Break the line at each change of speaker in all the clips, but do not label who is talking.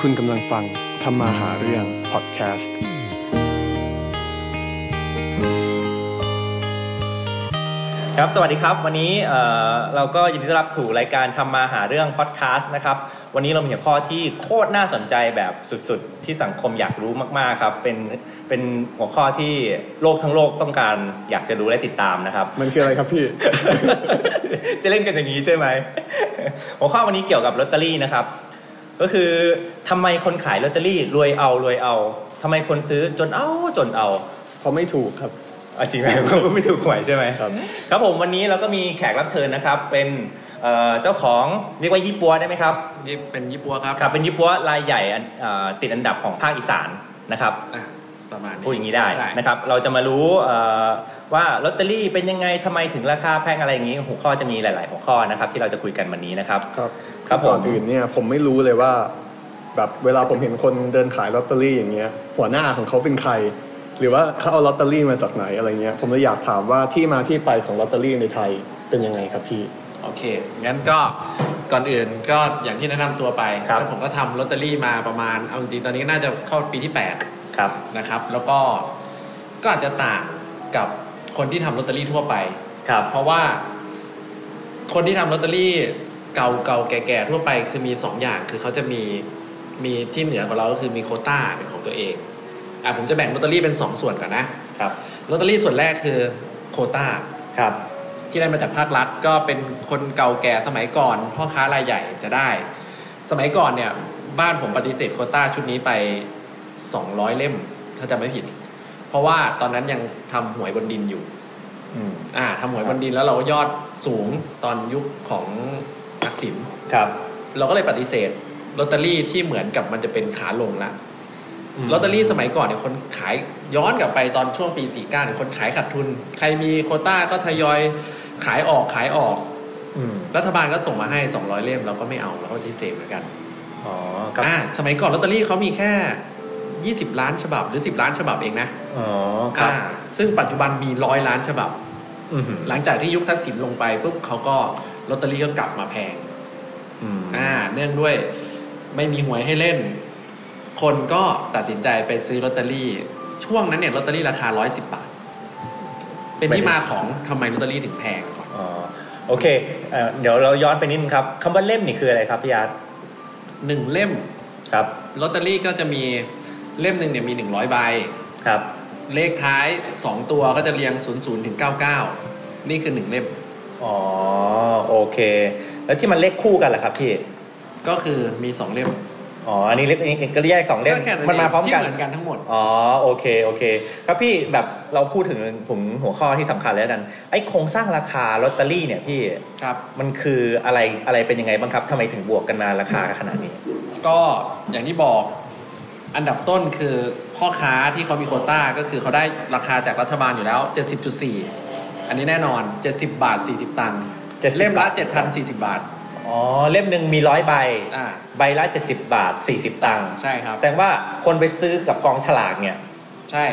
คุณกำลังฟังธรรมาหาเรื่อง พอดแคสต์
ครับ สวัสดีครับ วันนี้เอ่อเราก็ยินดีต้อนรับสู่รายการทำมาหาเรื่องพอดแคสต์นะครับ วันนี้เรามีหัวข้อที่โคตรน่าสนใจแบบสุดๆ ที่สังคมอยากรู้มากๆครับ เป็นเป็นหัวข้อที่โลกทั้งโลกต้องการอยากจะรู้และติดตามนะครับ
มันคืออะไรครับพี่
จะเล่นกันอย่างนี้ใช่ไหม หัวข้อวันนี้เกี่ยวกับลอตเตอรี่นะครับ ก็คือทำไมคนขายลอตเตอรี่รวยเอารวยเอาทำไมคนซื้อจนเอาจนเอา
เพราะไม่ถูกครับ
เอาจริงไหม ไม่ถูกหวยใช่ไหม
ครับ
ครับผมวันนี้เราก็มีแขกรับเชิญนะครับ เป็นเอ่อเจ้าของเรียกว่ายี่ปัวได้ไหมครับ
นี่เป็นยี่ปัวครับ
ครับเป็นยี่ปัวรายใหญ่อันเอ่อติดอันดับของภาคอีสานนะครับ
อ่ะประมาณนี้
พูดอย่างนี้ได้นะครับ เราจะมารู้เอ่อว่าลอตเตอรี่เป็นยังไงทำไมถึงราคาแพงอะไรอย่างนี้หัวข้อจะมีหลาย ๆ หัวข้อนะครับ ที่เราจะคุยกันวันนี้นะครับ
ครับ
ครับผม
ก่อนอื่นเนี่ยผมไม่รู้เลยว่า แบบเวลาผมเห็นคนเดินขายลอตเตอรี่อย่างเงี้ย หัวหน้าของเขาเป็นใคร หรือว่าเขาเอาลอตเตอรี่มาจากไหนอะไรเงี้ย ผมเลยอยากถามว่าที่มาที่ไปของลอตเตอรี่ในไทยเป็นยังไงครับพี่
โอเค งั้นก็ก่อนอื่นก็อย่างที่แนะนำตัวไป
ครับ
แล้วผมก็ทำลอตเตอรี่มาประมาณเอาจริงๆตอนนี้ก็น่าจะเข้าปีที่ 8
ครับ
นะครับ แล้วก็ก็อาจจะต่างกับคนที่ทำลอตเตอรี่ทั่วไป
ครับ
เพราะว่าคนที่ทำลอตเตอรี่เก่าเก่าๆแก่ๆทั่วไปคือมีสองอย่างคือเขาจะมีมีที่เหนือกว่าเราก็คือมีโควต้าเป็นของตัวเองอ่ะผมจะแบ่งลอตเตอรี่เป็นสองส่วนก่อนนะครับ ลอตเตอรี่ส่วนแรกคือโควต้า
ครับ
ที่ได้มาจากภาครัฐก็เป็นคนเก่าแก่สมัยก่อน พ่อค้ารายใหญ่จะได้ สมัยก่อนเนี่ย บ้านผมปฏิเสธโควต้าชุดนี้ไป 200 เล่ม ถ้าจำไม่ผิด เพราะว่าตอนนั้นยังทำหวยบนดินอยู่
อืม
อ่าทำหวยบนดินแล้วเราก็ยอดสูงตอนยุคของทักษิณ
ครับ
เราก็เลยปฏิเสธลอตเตอรี่ที่เหมือนกับมันจะเป็นขาลงละลอตเตอรี่สมัยก่อนเนี่ยคนขายย้อนกลับไปตอนช่วงปี 49เนี่ยคนขายขาดทุน ใครมีโควต้าก็ทยอยขายออกขายออก
อืม
รัฐบาลก็ส่งมาให้ 200 เล่มเราก็ไม่เอาเราก็ปฏิเสธเหมือนกัน
อ๋อ ครับ
อ่า สมัยก่อนลอตเตอรี่เขามีแค่ 20 ล้านฉบับหรือ 10 ล้านฉบับเองนะ
อ๋อ ครับ
อ่าซึ่งปัจจุบันมีร้อยล้านฉบับ
อืม
หลังจากที่ยุคทักษิณลงไปปุ๊บเขาก็ลอตเตอรี่ก็กลับมาแพง
อืม
อ่า เนื่องด้วยไม่มีหวยให้เล่น คนก็ตัดสินใจไปซื้อลอตเตอรี่ ช่วงนั้นเนี่ยลอตเตอรี่ราคา 110 บาท เป็นที่มาของทำไมลอตเตอรี่ถึงแพงก่อน
อ๋อโอเคเอ่อเดี๋ยวเราย้อนไปนิดนึงครับคำว่าเล่มนี่คืออะไรครับพี่อาร์ต
หนึ่งเล่ม
ครับ
ลอตเตอรี่ก็จะมีเล่มหนึ่งเนี่ยมี 100 ใบ
ครับ
เลขท้าย 2 ตัวก็จะเรียง 0 0ถึง99 นี่คือ 1 เล่ม
อ๋อโอเค แล้วที่มันเลขคู่กันล่ะครับพี่
ก็คือมี 2 เล่ม
อ๋ออันนี้เลขอันนี้ก็แยกสองเล่ม
ก็แค่เอง
มันมาพร้อมกัน
ที่เหมือนกันทั้งหมด
อ๋อโอเคโอเค ครับพี่แบบเราพูดถึงถึงหัวข้อที่สำคัญแล้วกันไอ้โครงสร้างราคาลอตเตอรี่เนี่ยพี่
ครับ
มันคืออะไรอะไรเป็นยังไงบ้างครับทำไมถึงบวกกันมาราคาขนาดนี้
ก็อย่างที่บอกอันดับต้นคือพ่อค้าที่เขามีโควต้าก็คือเขาได้ราคาจากรัฐบาลอยู่แล้ว 70.4 อันนี้แน่นอน 70 บาท 40 ตังค์
70
เล่มละ7,040 บาท
อ๋อเล่มหนึ่งมีร้อยใบ
อ่า
ใบละ70 บาท 40 ตังค์
ใช่ครับ
แสดงว่าคนไปซื้อกับกองฉลากเนี่ย
ใช่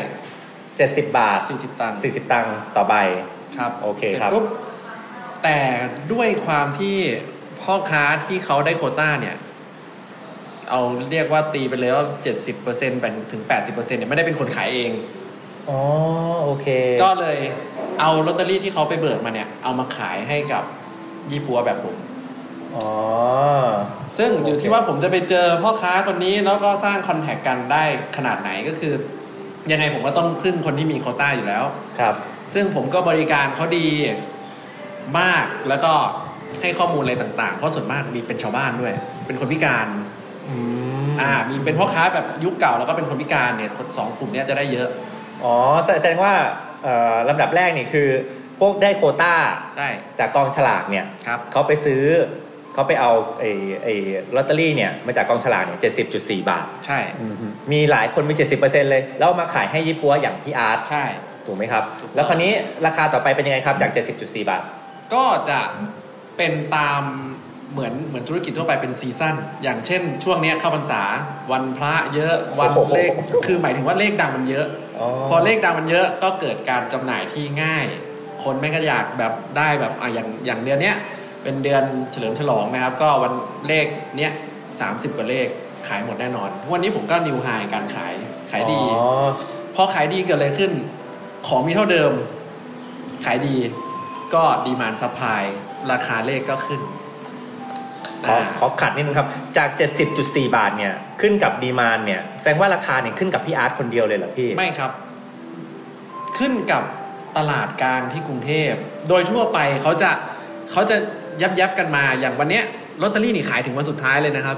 70 บาท
40 ตังค์
40 ตังค์ต่อใบ
ครับ
โอเคครับ
สจปุ๊แต่ด้วยความที่พ่อค้าที่เขาได้โควต้าเนี่ย เอาเรียกว่าตีไปเลยว่า 70%ไปถึง 80%เนี่ยไม่ได้เป็นคนขายเอง
อ๋อ โอเค
ก็เลยเอาลอตเตอรี่ที่เขาไปเบิกมาเนี่ย เอามาขายให้กับยี่ปัวแบบผม
อ๋อ
ซึ่งอยู่ที่ว่าผมจะไปเจอพ่อค้าคนนี้แล้วก็สร้างคอนแทคกันได้ขนาดไหนก็คือ ยังไงผมก็ต้องพึ่งคนที่มีโควต้าอยู่แล้ว
ครับ
ซึ่งผมก็บริการเขาดีมากแล้วก็ให้ข้อมูลอะไรต่างๆ เพราะส่วนมากมีเป็นชาวบ้านด้วย เป็นคนพิการ
อืม
อ่ามีเป็นพ่อค้าแบบยุคเก่าแล้วก็เป็นคนพิการเนี่ยคนสองกลุ่มเนี้ยจะได้เยอะ
อ๋อ แสแสดงว่าเอ่อลำดับแรกนี่คือ พวกได้โควต้า
ใช่
จากกองฉลากเนี่ย
ครับ
เขาไปซื้อ เขาไปเอาไอ้ไอ้ลอตเตอรี่เนี่ย มาจากกองฉลากเนี่ยเจ็ดสิบจุดสี่บาท
ใช่
มีหลายคนมี 70%เลย แล้วเอามาขายให้ยี่ปัวอย่างพี่อาร์ต
ใช่
ถูกไหมครับ
ถูกต้อง
แล้วคราวนี้ราคาต่อไปเป็นยังไงครับ จาก 70.4 บาท
ก็จะเป็นตามเหมือนเหมือนธุรกิจทั่วไปเป็นซีซั่นอย่างเช่น ช่วงเนี้ยเข้าพรรษาวันพระเยอะวัน
โอ้โห
เลขคือหมายถึงว่าเลขดังมันเยอะ
อ๋อ
พอเลขดังมันเยอะก็เกิดการจำหน่ายที่ง่าย คนไม่งก็อยากแบบได้แบบอ่ะอย่างอย่างเดือนเนี้ยเป็นเดือนเฉลิมฉลองนะครับ ก็วันเลขเนี้ยสามสิบกว่าเลข ขายหมดแน่นอน วันนี้ผมก็นิวไฮการขายขายดี
อ๋อ
พอขายดีเกิดอะไรขึ้น ของมีเท่าเดิม ขายดีก็ดีมานซัพพลายราคาเลขก็ขึ้น
ขอ
อ่า
ขอขัดนิดนึงครับ จาก 70.4 บาทเนี่ยขึ้นกับดีมานเนี่ยแสดงว่าราคาเนี่ยขึ้นกับพี่อาร์ตคนเดียวเลยเหรอพี่
ไม่ครับ ขึ้นกับตลาดกลางที่กรุงเทพ โดยทั่วไปเขาจะเขาจะยับยับกันมาอย่างวันเนี้ยลอตเตอรี่นี่ขายถึงวันสุดท้ายเลยนะครับ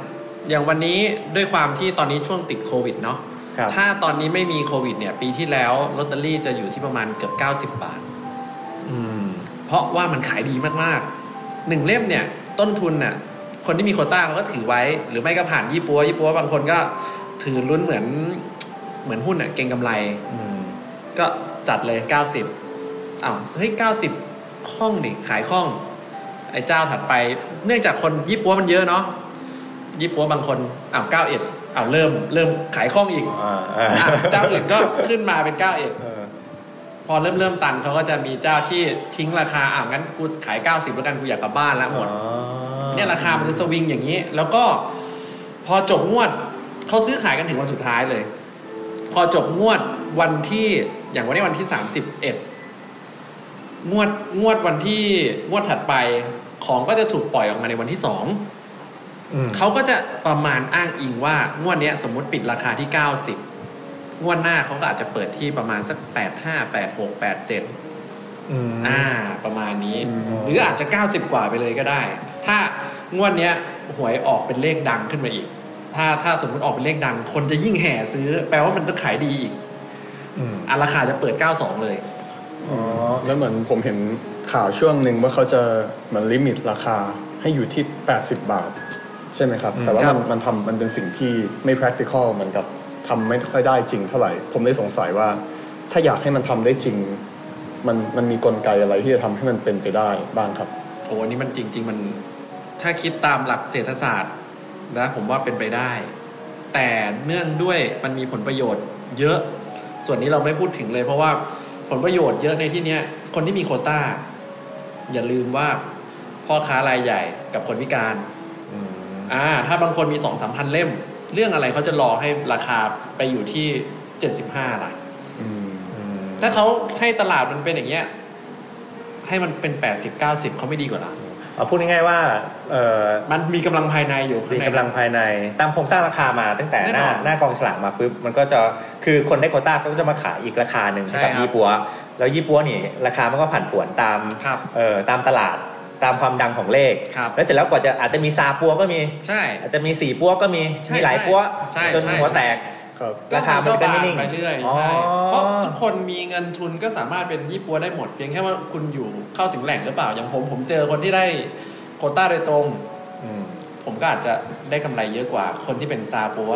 อย่างวันนี้ด้วยความที่ตอนนี้ช่วงติดโควิดเนาะ
ครับ
ถ้าตอนนี้ไม่มีโควิด เนี่ย ปีที่แล้วลอตเตอรี่จะอยู่ที่ประมาณเกือบ 90 บาท
อืม
เพราะว่ามันขายดีมากๆหนึ่งเล่มเนี่ย ต้นทุนน่ะ คนที่มีโควต้าเขาก็ถือไว้ หรือไม่ก็ผ่านยี่ปัวยี่ปัวบางคนก็ถือลุ้นเหมือนเหมือนหุ้นน่ะเก่งกำไร
อืม
ก็จัดเลย 90อ้าวเฮ้ย90คล่องดิขายคล่อง ไอ้เจ้าถัดไป เนื่องจากคนยี่ปัวมันเยอะเนาะยี่ปัวบางคนอ้าว91อ้าวเริ่มเริ่มขายคล่องอีก
อ่าอ่า
อ่ะเจ้าอื่นก็ขึ้นมาเป็น91
เออ
พอเริ่มเริ่มตันเขาก็จะมีเจ้าที่ทิ้งราคาอ่ะงั้นกูขาย 90 แล้วกันกูอยากกลับบ้านละหมด เนี่ยราคามันจะสวิงอย่างนี้ แล้วก็พอจบงวดเขาซื้อขายกันถึงวันสุดท้ายเลย พอจบงวดวันที่อย่างวันนี้วันที่ 31 งวดงวดวันที่งวดถัดไปของก็จะถูกปล่อยออกมาในวันที่สอง
อืม
เขาก็จะประมาณอ้างอิงว่างวดเนี้ยสมมุติปิดราคาที่ 90 งวดหน้าเขาก็อาจจะเปิดที่ประมาณสัก 85 86 87
อืม
อ่า ประมาณนี้
อืม
หรืออาจจะ 90 กว่าไปเลยก็ได้ ถ้างวดเนี้ยหวยออกเป็นเลขดังขึ้นมาอีก ถ้าถ้าสมมติออกเป็นเลขดัง คนจะยิ่งแห่ซื้อ แปลว่ามันต้องขายดีอีก
อืม
อ่ะราคาจะเปิด 92 เลย
อ๋อ
แล้วเหมือนผมเห็นข่าวช่วงหนึ่งว่าเขาจะเหมือนลิมิตราคาให้อยู่ที่ 80 บาท ใช่ไหมครับ
อืม
แต่ว่า
ครั
มั
บ
นมันทำมันเป็นสิ่งที่ไม่ practical เหมือนกับทำไม่ค่อยได้จริงเท่าไหร่ ผมเลยสงสัยว่า ถ้าอยากให้มันทำได้จริง มันมันมีกลไกอะไรที่จะทำให้มันเป็นไปได้บ้างครับ
โอ้อันนี้มันจริง ๆ มันถ้าคิดตามหลักเศรษฐศาสตร์นะผมว่าเป็นไปได้ แต่เนื่องด้วยมันมีผลประโยชน์เยอะ ส่วนนี้เราไม่พูดถึงเลย เพราะว่าผลประโยชน์เยอะในที่เนี้ย คนที่มีโควต้า อย่าลืมว่าพ่อค้ารายใหญ่กับคนพิการ
อืม
อ่าถ้าบางคนมีสองสามพันเล่ม เรื่องอะไรเขาจะรอให้ราคาไปอยู่ที่เจ็ดสิบห้าล่ะ
อืม
อืม
ถ้าเขาให้ตลาดมันเป็นอย่างเงี้ยให้มันเป็นแปดสิบเก้าสิบเขาไม่ดีกว่าล่ะ
เอาพูดง่ายๆว่าเอ่อ
มันมีกำลังภายในอยู่ข้า
มี
งใน
กำลังภายในตามโครงสร้างราคามาตั้งแต่ห
แน่
น้าน
อน
หน้ากองฉลากมาปุ๊บมันก็จะคือคนได้โควต้าก็จะมาขายอีกราคาหนึ่ง
ใช่
ให้กับ
ครับ
ยี่ปัว แล้วยี่ปัวนี่ราคามันก็ผันผวนตาม
ครับ
เอ่อตามตลาดตามความดังของเลข
ครับ
แล้วเสร็จแล้วกว่าจะอาจจะมีซาปัวก็มี
ใช่
อาจจะมีสี่ปัวก็มี
ใช่
มีหลาย
ใช่
ปัว
ใช่
จน
ใช่
หัว
ใช่
แตก
ครับ
ราคามันก็ไม่นิ่ง
ก็บาๆไปเรื่อย
อ๋อ
ใช่เพราะทุกคนมีเงินทุนก็สามารถเป็นยี่ปัวได้หมด เพียงแค่ว่าคุณอยู่เข้าถึงแหล่งหรือเปล่า อย่างผมผมเจอคนที่ได้โควต้าโดยตรง
อืม
ผมก็อาจจะได้กำไรเยอะกว่า คนที่เป็นซาปัว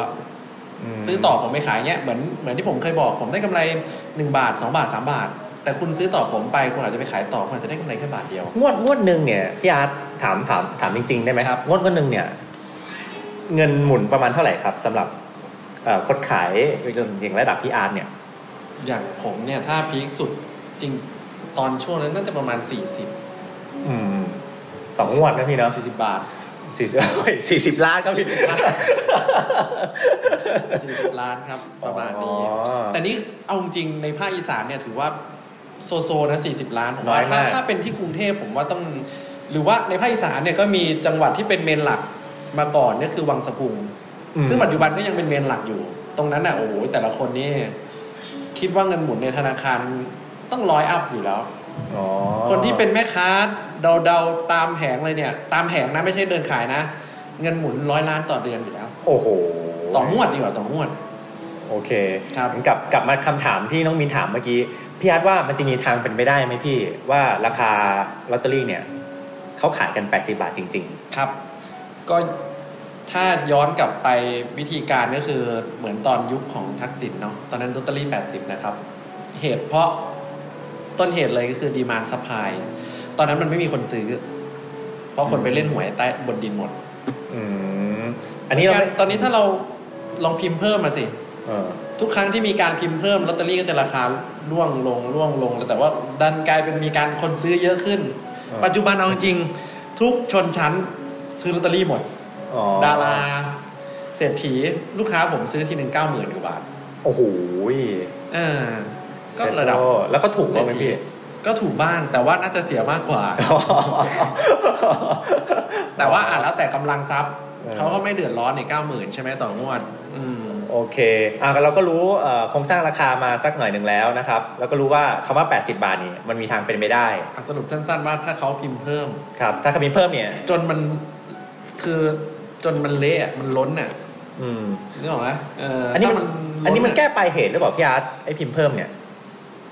ม
ซื้อต่อผมไม่ขายเงี้ยเหมือนเหมือนที่ผมเคยบอก ผมได้กำไร 1 บาท 2 บาท 3 บาท แต่คุณซื้อต่อผมไปคุณอาจจะไปขายต่อคุณอาจจะได้กำไรแค่บาทเดียว
งวดงวดหนึ่งเนี่ยพี่อาร์ตถามถามถามจริงๆได้ไหม
ครับ
งวดงวดหนึ่งเนี่ย เงินหมุนประมาณเท่าไหร่ครับสำหรับเอ่อคนขายอย่างระดับพี่อาร์ตเนี่ย
อย่างผมเนี่ยถ้าพีคสุดจริงตอนช่วงนั้นน่าจะประมาณ 40
อืมสองงวดนะพี่เนาะ
40 บาท
สี่สิบ สี่สิบล้านก็พี่
สี่สิบล้านครับ ประมาณนี้
อ๋อ
แต่นี่เอาจริงๆในภาคอีสานเนี่ยถือว่าโซโซนะสี่สิบล้านผม
น้อ
ว่ายถ้า
า
ม
ก
ถ้าเป็นที่กรุงเทพผมว่าต้อง หรือว่าในภาคอีสานเนี่ยก็มีจังหวัดที่เป็นเมนหลักมาก่อนเนี่ยคือวังสะพุง
อืม
ซึ่งปัจจุบันก็ยังเป็นเมนหลักอยู่ ตรงนั้นน่ะโอ้โหแต่ละคนนี่คิดว่าเงินหมุนในธนาคารต้องร้อยอัพอยู่แล้ว
อ๋อ
คนที่เป็นแม่ค้าเดาๆตามแผงเลยเนี่ย ตามแผงนะไม่ใช่เดินขายนะ เงินหมุนร้อยล้านต่อเดือนอยู่แล้ว
โอ้โห
ต่องวดดีกว่าต่องวด
โอเค
ครับ
กลับกลับมาคำถามที่น้องมินถามเมื่อกี้พี่อาร์ตว่ามันจะมีทางเป็นไปได้ไหมพี่ ว่าราคาลอตเตอรี่เนี่ยเขาขายกัน 80 บาทจริง
ครับก็ถ้าย้อนกลับไปวิธีการก็คือเหมือนตอนยุคของทักษิณเนาะตอนนั้นลอตเตอรี่ 80 นะครับ เหตุเพราะต้นเหตุเลยก็คือดีมานส u p p ายตอนนั้นมันไม่มีคนซื้อ เพราะคนไปเล่นหวยใต้บนดินหมด
ๆ อืมอันนี้เรา
การ
ไม่
ตอนนี้ถ้าเราลองพิมพ์เพิ่มมาสิ
เออ
ทุกครั้งที่มีการพิมพ์เพิ่มลอตเตอรี่ก็จะราคาร่วงลงร่วงลง แต่ว่าดันกลายเป็นมีการคนซื้อเยอะขึ้น
อ่า
ปัจจุบันเอาจริงๆทุกชนชั้นซื้อลอตเตอรี่หมด
อ๋อ
ดารา เศรษฐีลูกค้าผมซื้อทีหนึ่งเก้าหมื่นกว่าบาท
โอ้โห
เออก็ระดับ
โอ้แล้วก็ถูกกว่าไหมพี่
ก็ถูกบ้านแต่ว่าน่าจะเสียมากกว่า แต่ว่าอ่ะแล้วแต่กำลังทรัพย์
เออ
เขาก็ไม่เดือดร้อนในเก้าหมื่นใช่ไหมต่องวด อืม
โอเคอ่ะเราก็รู้เอ่อโครงสร้างราคามาสักหน่อยหนึ่งแล้วนะครับ แล้วก็รู้ว่าคำว่า 80 บาทนี่มันมีทางเป็นไปได้
อ่ะสรุปสั้นๆว่าถ้าเขาพิมพ์เพิ่ม
ครับ ถ้าคำมีเพิ่มเนี่ย
จนมันคือจนมันเละอะมันล้นอ่ะ
อืม
นึกออกไหมเออ
อั
อั
นนี้มัน อันนี้มัน
ล้
แก้ปลายเหตุหรือเปล่าพี่อาร์ตไอพิมพ์เพิ่มเนี่ย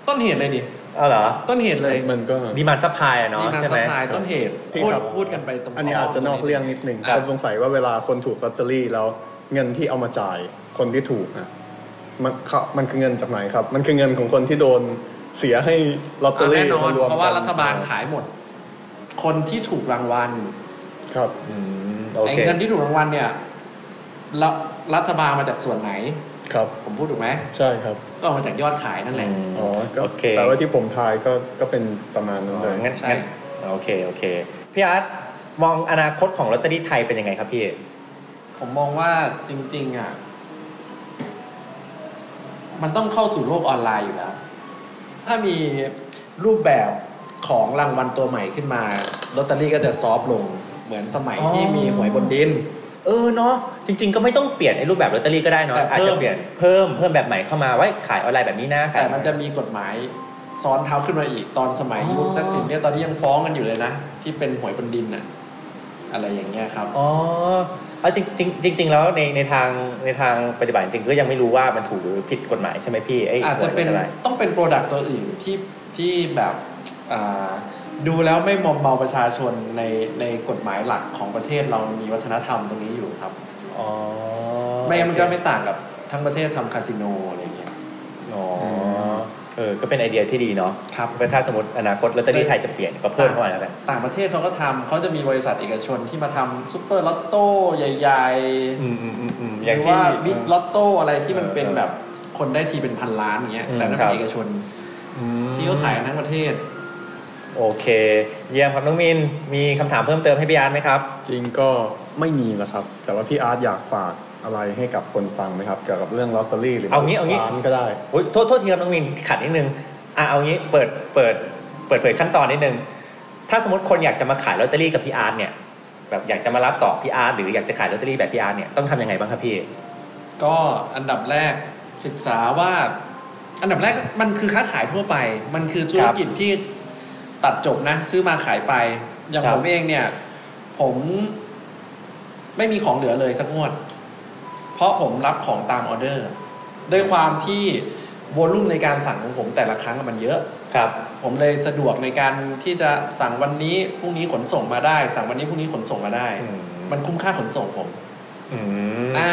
ต้นเหตุเลยดิ
เอาเหรอ
ต้นเหตุเลย
มันก็
ดีมานซัพพลายอะเนาะ
ดีมา
ใช่
ส
ไหม
ปายต้นเหตุ
พี่
พูด
ครับ
พูดกันไปตรง
อันนี้อาจจะนอกเรื่องนิดหนึ่ง
ครับ
ผมสงสัยว่าเวลาคนถูกลอตเตอรี่แล้วเงินที่เอามาจ่ายคนที่ถูกนะมันเขามันคือเงินจากไหนครับ มันคือเงินของคนที่โดนเสียให้ลอตเตอ
อ่ะ
รี่
แน่นอน
มม
เพราะว่า
กัน
รัฐบาลขายหมด คนที่ถูกรางวัล
ครับ
อืมโอ
ไอ้
เค
เงินที่ถูกรางวัลเนี่ยรัฐรัฐบาลมาจากส่วนไหน
ครับ
ผมพูดถูกไหม
ใช่ครับ
ก็เอามาจากยอดขายนั่นแหละ
อ๋อก็
โอเค
แปลว่าที่ผมทายก็ก็เป็นประมาณนั้นเลย
งั้น
ใช่
งั้นโอเค โอเค พี่อาร์ตมองอนาคตของลอตเตอรี่ไทยเป็นยังไงครับพี่
ผมมองว่าจริง ๆ อ่ะ มันต้องเข้าสู่โลกออนไลน์อยู่แล้ว ถ้ามีรูปแบบของรางวัลตัวใหม่ขึ้นมาลอตเตอรี่ก็จะซอฟต์ลง เหมือนสมัย
อ๋อ
ที่มีหวยบนดิน
เออเนาะจริง ๆ ก็ไม่ต้องเปลี่ยนไอ้รูปแบบลอตเตอรี่ก็ได้เนาะ
แต่
อาจ
เพิ่
จะ
ม
เปลี่ยนเพิ่มเพิ่มแบบใหม่เข้ามาไว้ขายออนไลน์แบบนี้นะขาย
แต่มันจะมีกฎหมายซ้อนเท้าขึ้นมาอีกตอนสมัย
อ๋อ
ยุคทักษิณเนี่ยตอนนี้ยังฟ้องกันอยู่เลยนะ ที่เป็นหวยบนดินอ่ะ อะไรอย่างเงี้ยครับ
อ๋อเอาจริงจริงจริง ๆ แล้วในในทางในทางปฏิบัติจริงๆก็ยังไม่รู้ว่ามันถูกหรือผิดกฎหมายใช่ไหมพี่ไอ้
อาจจะเป็น
อะไร
ต้องเป็นโปรดักต์ตัวอื่นที่ที่แบบอ่าดูแล้วไม่มอมเมาประชาชนในในกฎหมายหลักของประเทศเรามีวัฒนธรรมตรงนี้อยู่ครับ
อ๋อ
ไม่งั้นมันก็ไม่ต่างกับทั้งประเทศทำคาสิโนอะไรอย่างเงี้ย
อ๋อเออก็เป็นไอเดียที่ดีเนาะ
ครับ
ก็ถ้าสมมติอนาคตลอตเตอรี่ไทยจะเปลี่ยนก็เพิ่มเข้ามาแล้วกัน
ต่างประเทศเขาก็ทำเขาจะมีบริษัทเอกชนที่มาทำซุปเปอร์ลอตโต้ใหญ่
อืมอืมอืมอืม
ๆ
อ
ห
ย่าง
รือ
ที่
ว่าบิ๊กลอตโต้อะไรที่มันเป็น
เออ
แบบคนได้ทีเป็นพันล้านอย่างเงี้ย
อืม
แต่นั่น
ครับ
เป็นเอกชน
อืม
ที่เขาขายกันทั้งประเทศ
โอเค เยี่ยมครับน้องมิน มีคำถามเพิ่มเติมให้พี่อาร์ตไหมครับ
จริงก็ไม่มีแล้วครับ แต่ว่าพี่อาร์ตอยากฝากอะไรให้กับคนฟังไหมครับ เกี่ยวกับเรื่องลอตเตอรี่หรือ
เอางี้เอางี้
ร้นก็ได้
โอ้ยโทษโทษทีครับน้องมินขัดนิดนึงอ่ะเอางี้เปิดเปิดเปิดเผยขั้นตอนนิดนึง ถ้าสมมติคนอยากจะมาขายลอตเตอรี่กับพี่อาร์ตเนี่ย แบบอยากจะมารับต่อพี่อาร์ตหรืออยากจะขายลอตเตอรี่แบบพี่อาร์ตเนี่ยต้องทำยังไงบ้างครับพี่
ก็อันดับแรกศึกษาว่า อันดับแรกมันคือค้าขายทั่วไป มันคือธุรกิจที่ตัดจบนะ ซื้อมาขายไป อย่าง
ครับ
ผมเองเนี่ย ผมไม่มีของเหลือเลยสักงวด เพราะผมรับของตามออเดอร์ ด้วยความที่วอลลุ่มในการสั่งของผมแต่ละครั้งมันเยอะ
ครับ
ผมเลยสะดวกในการที่จะสั่งวันนี้พรุ่งนี้ขนส่งมาได้ สั่งวันนี้พรุ่งนี้ขนส่งมาได้ มันคุ้มค่าขนส่งผม
อืม
อ่า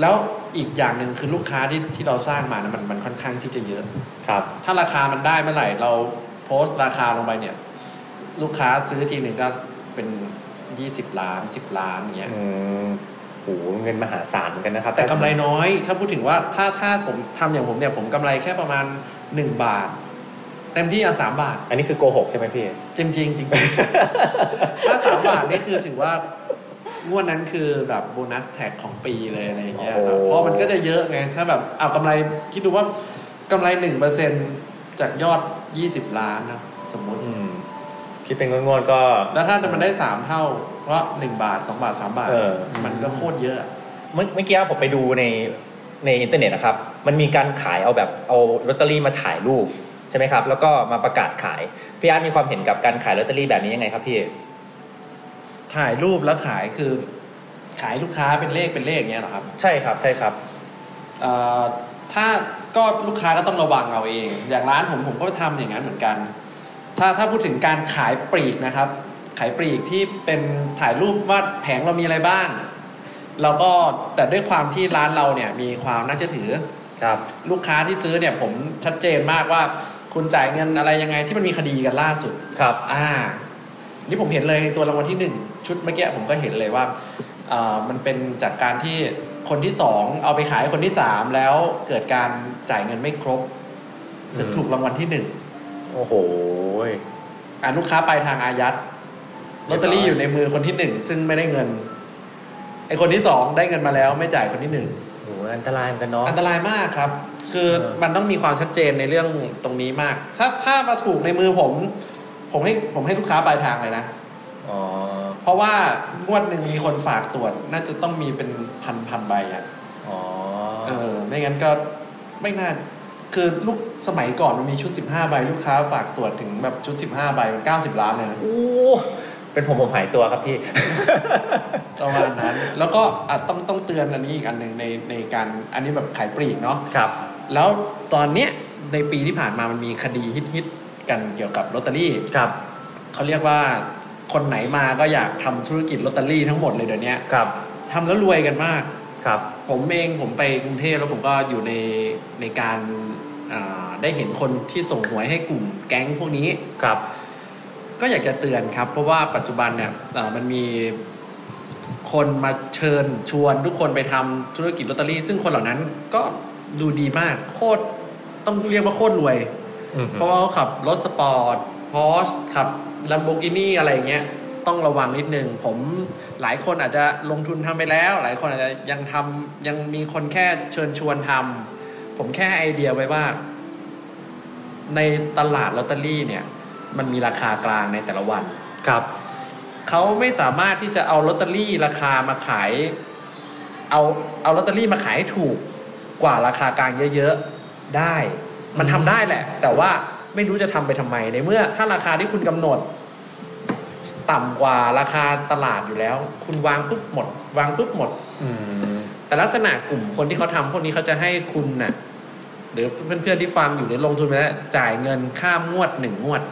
แล้วอีกอย่างหนึ่งคือลูกค้าที่ที่เราสร้างมานะมันมันค่อนข้างที่จะเยอะ
ครับ
ถ้าราคามันได้เมื่อไหร่เราโพสต์ราคาลงไปเนี่ย ลูกค้าซื้อทีหนึ่งก็เป็นยี่สิบล้านสิบล้านอย่างเงี้ย
อืมโหเงินมหาศาลเหมือนกันนะครับ
แต่กำไรน้อย ถ้าพูดถึงว่าถ้าถ้าผมทำอย่างผมเนี่ยผมกำไรแค่ประมาณหนึ่งบาท เต็มที่เอาสามบาท
อันนี้คือโกหกใช่ไหมพี่
จริงจริงๆจ ริงๆ ถ้าสามบาทนี่คือถือว่างวดนั้นคือแบบโบนัสแท็กของปีเลยอะไรอย่างเงี้ยครับ
โอ้
เพราะมันก็จะเยอะไง ถ้าแบบเอากำไรคิดดูว่ากำไรหนึ่งเปอร์เซ็นจากยอดยี่สิบล้านนะสมมติ
อืมคิดเป็นงวดๆก็
แล้วถ้ามันได้สามเท่า เพราะหนึ่งบาทสองบาทสามบาท
เออ
มันก็โคตรเยอะ
เมื่อเมื่อกี้ผมไปดูในในอินเทอร์เน็ตนะครับ มันมีการขายเอาแบบเอาลอตเตอรี่มาถ่ายรูปใช่ไหมครับ แล้วก็มาประกาศขาย พี่อาร์ตมีความเห็นกับการขายลอตเตอรี่แบบนี้ยังไงครับพี่
ถ่ายรูปแล้วขายคือ ขายลูกค้าเป็นเลขเป็นเลขอย่างเงี้ยเหรอครับ
ใช่ครับ ใช่ครับ
เอ่อถ้าก็ลูกค้าก็ต้องระวังเอาเอง อย่างร้านผมผมก็ทำอย่างนั้นเหมือนกัน ถ้าถ้าพูดถึงการขายปลีกนะครับ ขายปลีกที่เป็นถ่ายรูปว่าแผงเรามีอะไรบ้างเราก็แต่ด้วยความที่ร้านเราเนี่ยมีความน่าเชื่อถือ
ครับ
ลูกค้าที่ซื้อเนี่ยผมชัดเจนมากว่า คุณจ่ายเงินอะไรยังไงที่มันมีคดีกันล่าสุด
ครับ
อ่า นี่ผมเห็นเลยตัวรางวัลที่หนึ่งชุดเมื่อกี้ผมก็เห็นเลยว่าเอ่อมันเป็นจากการที่คนที่สองเอาไปขายคนที่สามแล้วเกิดการจ่ายเงินไม่ครบถึง
อืม
ถูกรางวัลที่หนึ่ง
โอ้โห
อ่าลูกค้าปลายทางอายัดลอตเตอรี่อยู่ในมือคนที่หนึ่งซึ่งไม่ได้เงิน ไอคนที่สองได้เงินมาแล้วไม่จ่ายคนที่หนึ่ง
โหอันตรายเหมือนกันเนาะ
อันตรายมากครับ คือ
เออ
มันต้องมีความชัดเจนในเรื่องตรงนี้มาก ถ้าถ้ามาถูกในมือผม ผมให้ผมให้ลูกค้าปลายทางเลยนะ
อ๋อ
เพราะว่างวดหนึ่งมีคนฝากตรวจ น่าจะต้องมีเป็นพันพันใบอะ
อ๋อ
เออ ไม่งั้นก็ไม่น่า คือลูกสมัยก่อนมันมีชุด 15 ใบ ลูกค้าฝากตรวจถึงแบบชุด 15 ใบมัน90 ล้านเลยนะ
อู้เป็นผมผมหายตัวครับพี่
ประมาณนั้น แล้วก็อ่ะต้องต้องเตือนอันนี้อีกอันหนึ่งในในการอันนี้แบบขายปลีกเนาะ
ครับ
แล้วตอนเนี้ยในปีที่ผ่านมามันมีคดีฮิตๆกันเกี่ยวกับลอตเตอรี่
ครับ
เขาเรียกว่าคนไหนมาก็อยากทำธุรกิจลอตเตอรี่ทั้งหมดเลยเดี๋ยวนี้
ครับ
ทำแล้วรวยกันมาก
ครับ
ผมเองผมไปกรุงเทพแล้วผมก็อยู่ในในการอ่าได้เห็นคนที่ส่งหวยให้กลุ่มแก๊งพวกนี้
ครับ
ก็อยากจะเตือนครับ เพราะว่าปัจจุบันเนี่ยเอ่อมันมีคนมาเชิญชวนทุกคนไปทำธุรกิจลอตเตอรี่ ซึ่งคนเหล่านั้นก็ดูดีมากโคตรต้องเรียกว่าโคตรรวย
อืม
เพราะว่าเขาขับรถสปอร์ตพอชขับลัมโบกินี่อะไรเงี้ย ต้องระวังนิดนึง ผมหลายคนอาจจะลงทุนทำไปแล้ว หลายคนอาจจะยังทำยังมีคนแค่เชิญชวนทำผมแค่ไอเดียไว้ว่า ในตลาดลอตเตอรี่เนี่ย มันมีราคากลางในแต่ละวัน
ครับ
เขาไม่สามารถที่จะเอาลอตเตอรี่ราคามาขาย เอาเอาลอตเตอรี่มาขายให้ถูกกว่าราคากลางเยอะๆได้ มันทำได้แหละ แต่ว่าไม่รู้จะทำไปทำไมในเมื่อ ถ้าราคาที่คุณกำหนด ต่ำกว่าราคาตลาดอยู่แล้ว คุณวางปุ๊บหมด วางปุ๊บหมด
อืม
แต่ลักษณะกลุ่มคนที่เขาทำพวกนี้เขาจะให้คุณน่ะหรือเพื่อนๆที่ฟังอยู่หรือลงทุนไปแล้วจ่ายเงินข้ามงวดหนึ่งงวด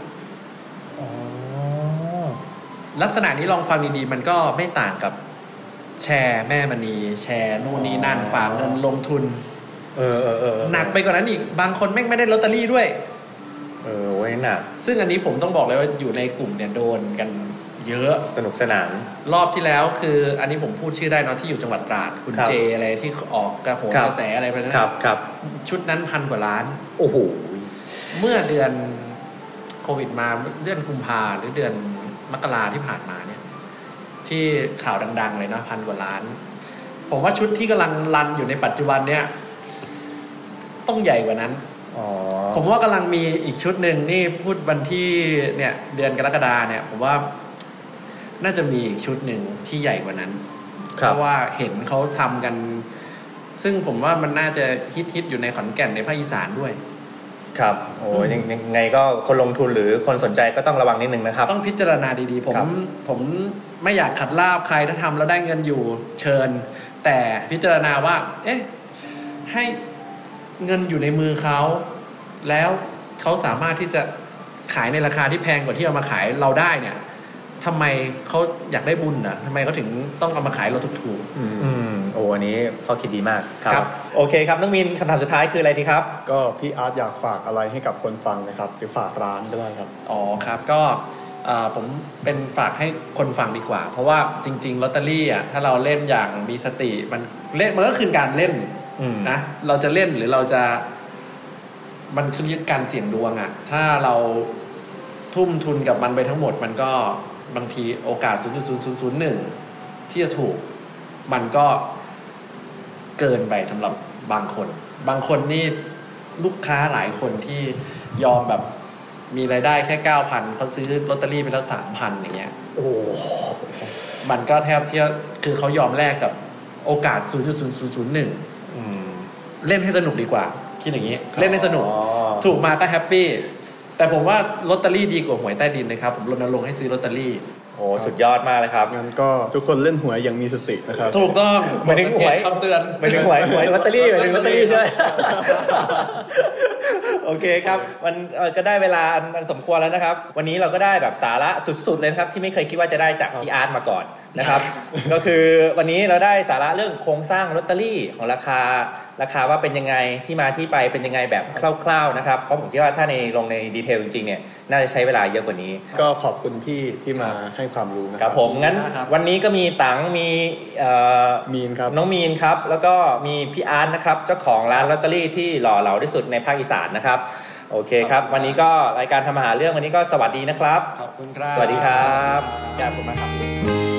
อ๋อ
ลักษณะนี้ลองฟังดีๆ มันก็ไม่ต่างกับแชร์แม่มณีแชร์นู่นนี่นั่น
อ๋อ
ฝากเงินลงทุน
เออเออเออ
หนักไปกว่านั้นอีก บางคนแม่งไม่ได้ลอตเตอรี่ด้วย
เออไว้ยหนัก
ซึ่งอันนี้ผมต้องบอกเลยว่าอยู่ในกลุ่มเนี่ยโดนกันเยอะ
สนุกสนาน
รอบที่แล้วคือ อันนี้ผมพูดชื่อได้เนอะที่อยู่จังหวัดตราด คุณ
ครับ
เจอะไรที่ออกกระโหน
ครับ
กระแสอะไรไปนั้น
ครับ ครับ
ชุดนั้นพันกว่าล้าน
โอ้โห
เมื่อเดือนโควิดมาเดือนกุมภาหรือเดือนมกราที่ผ่านมาเนี่ย ที่ข่าวดัง ๆ เลยนะพันกว่าล้าน ผมว่าชุดที่กำลังรันอยู่ในปัจจุบันเนี่ย ต้องใหญ่กว่านั้น
อ๋อ
ผมว่ากำลังมีอีกชุดหนึ่งนี่พูดวันที่เนี่ย เดือนกรกฎาเนี่ย ผมว่าน่าจะมีอีกชุดหนึ่งที่ใหญ่กว่านั้น
ครับ
เพราะว่าเห็นเขาทำกัน ซึ่งผมว่ามันน่าจะฮิตๆอยู่ในขอนแก่นในภาคอีสานด้วย
ครับ โอ้ยยังยังยังไงก็คนลงทุนหรือคนสนใจก็ต้องระวังนิดนึงนะครับ
ต้องพิจารณาดีๆ ผม
ครับ
ผมไม่อยากขัดลาบใครถ้าทำแล้วได้เงินอยู่เชิญ แต่พิจารณาว่า เอ๊ะ ให้เงินอยู่ในมือเขา แล้วเขาสามารถที่จะขายในราคาที่แพงกว่าที่เอามาขายเราได้เนี่ยทำไมเขาอยากได้บุญนะทำไมเขาถึงต้องเอามาขายเราถูก
อืม โอ้อันนี้ข้อคิดดีมาก
ครับ
โอเคครับ น้องมินคำถามสุดท้ายคืออะไรดีครับ
ก็พี่อาร์ตอยากฝากอะไรให้กับคนฟังนะครับหรือฝากร้านก็ได้ครับ
ๆอ๋อครับ ก็เอ่อผมเป็นฝากให้คนฟังดีกว่า เพราะว่าจริงๆลอตเตอรี่อ่ะถ้าเราเล่นอย่างมีสติ มันเล่นมันก็คือการเล่น
อืม
นะเราจะเล่นหรือเราจะมันขึ้นยึดการเสี่ยงดวงอะ่ะ ถ้าเราทุ่มทุนกับมันไปทั้งหมด มันก็บางทีโอกาส 0.0001 ที่จะถูก มันก็เกินไปสำหรับบางคน บางคนนี่ลูกค้าหลายคนที่ยอมแบบมีรายได้แค่ 9,000เขาซื้อลอตเตอรี่ไปแล้ว 3,000 อย่างเงี้ย
โอ้
มันก็แทบเทียบคือเขายอมแลกกับโอกาส 0.0001
อืม
เล่นให้สนุกดีกว่า คิดอย่างนี้
ครับ
เล่นให้สนุก
อ๋อ
ถูกมาก็แฮปปี้ แต่ผมว่าลอตเตอรี่ดีกว่าหวยใต้ดินนะครับ ผมรณรงค์ให้ซื้อลอตเตอรี่
โอ้สุดยอดมากเลยครับ
งั้นก็ทุกคนเล่นหวยอย่างมีสตินะครับ
ถูกต้อง
หมายถึงหวย
คำเตือน
หมายถึงหวยหวยลอตเตอรี่หมายถึงลอตเตอรี่ใช่ไหม โอเคครับมันเอ่อก็ได้เวลาอันอันสมควรแล้วนะครับ วันนี้เราก็ได้แบบสาระสุดๆเลยนะครับ ที่ไม่เคยคิดว่าจะได้จากพี่อาร์ตมาก่อนนะครับ ก็คือวันนี้เราได้สาระเรื่องโครงสร้างลอตเตอรี่ของราคา ราคาว่าเป็นยังไงที่มาที่ไปเป็นยังไงแบบคร่าวๆนะครับเพราะผมคิดว่าถ้าในลงในดีเทลจริงๆเนี่ยน่าจะใช้เวลาเยอะกว่านี้
ก็ขอบคุณพี่ที่มาให้ความรู้นะ
ค
ค
รั
รั
บบ ผมงั้น
ครับ
วันนี้ก็มีตังมีเอ่อ
มีนครับ
น้องมีนครับ แล้วก็มีพี่อาร์ตนะครับ เจ้าของร้านลอตเตอรี่ที่หล่อเหลาที่สุดในภาคอีสานนะครับ โอเคครับ วันนี้ก็รายการทำอาหารเรื่องวันนี้ก็สวัสดีนะครับ
ขอบคุณครับ
สวัสดีครับขอบคุณมากครับ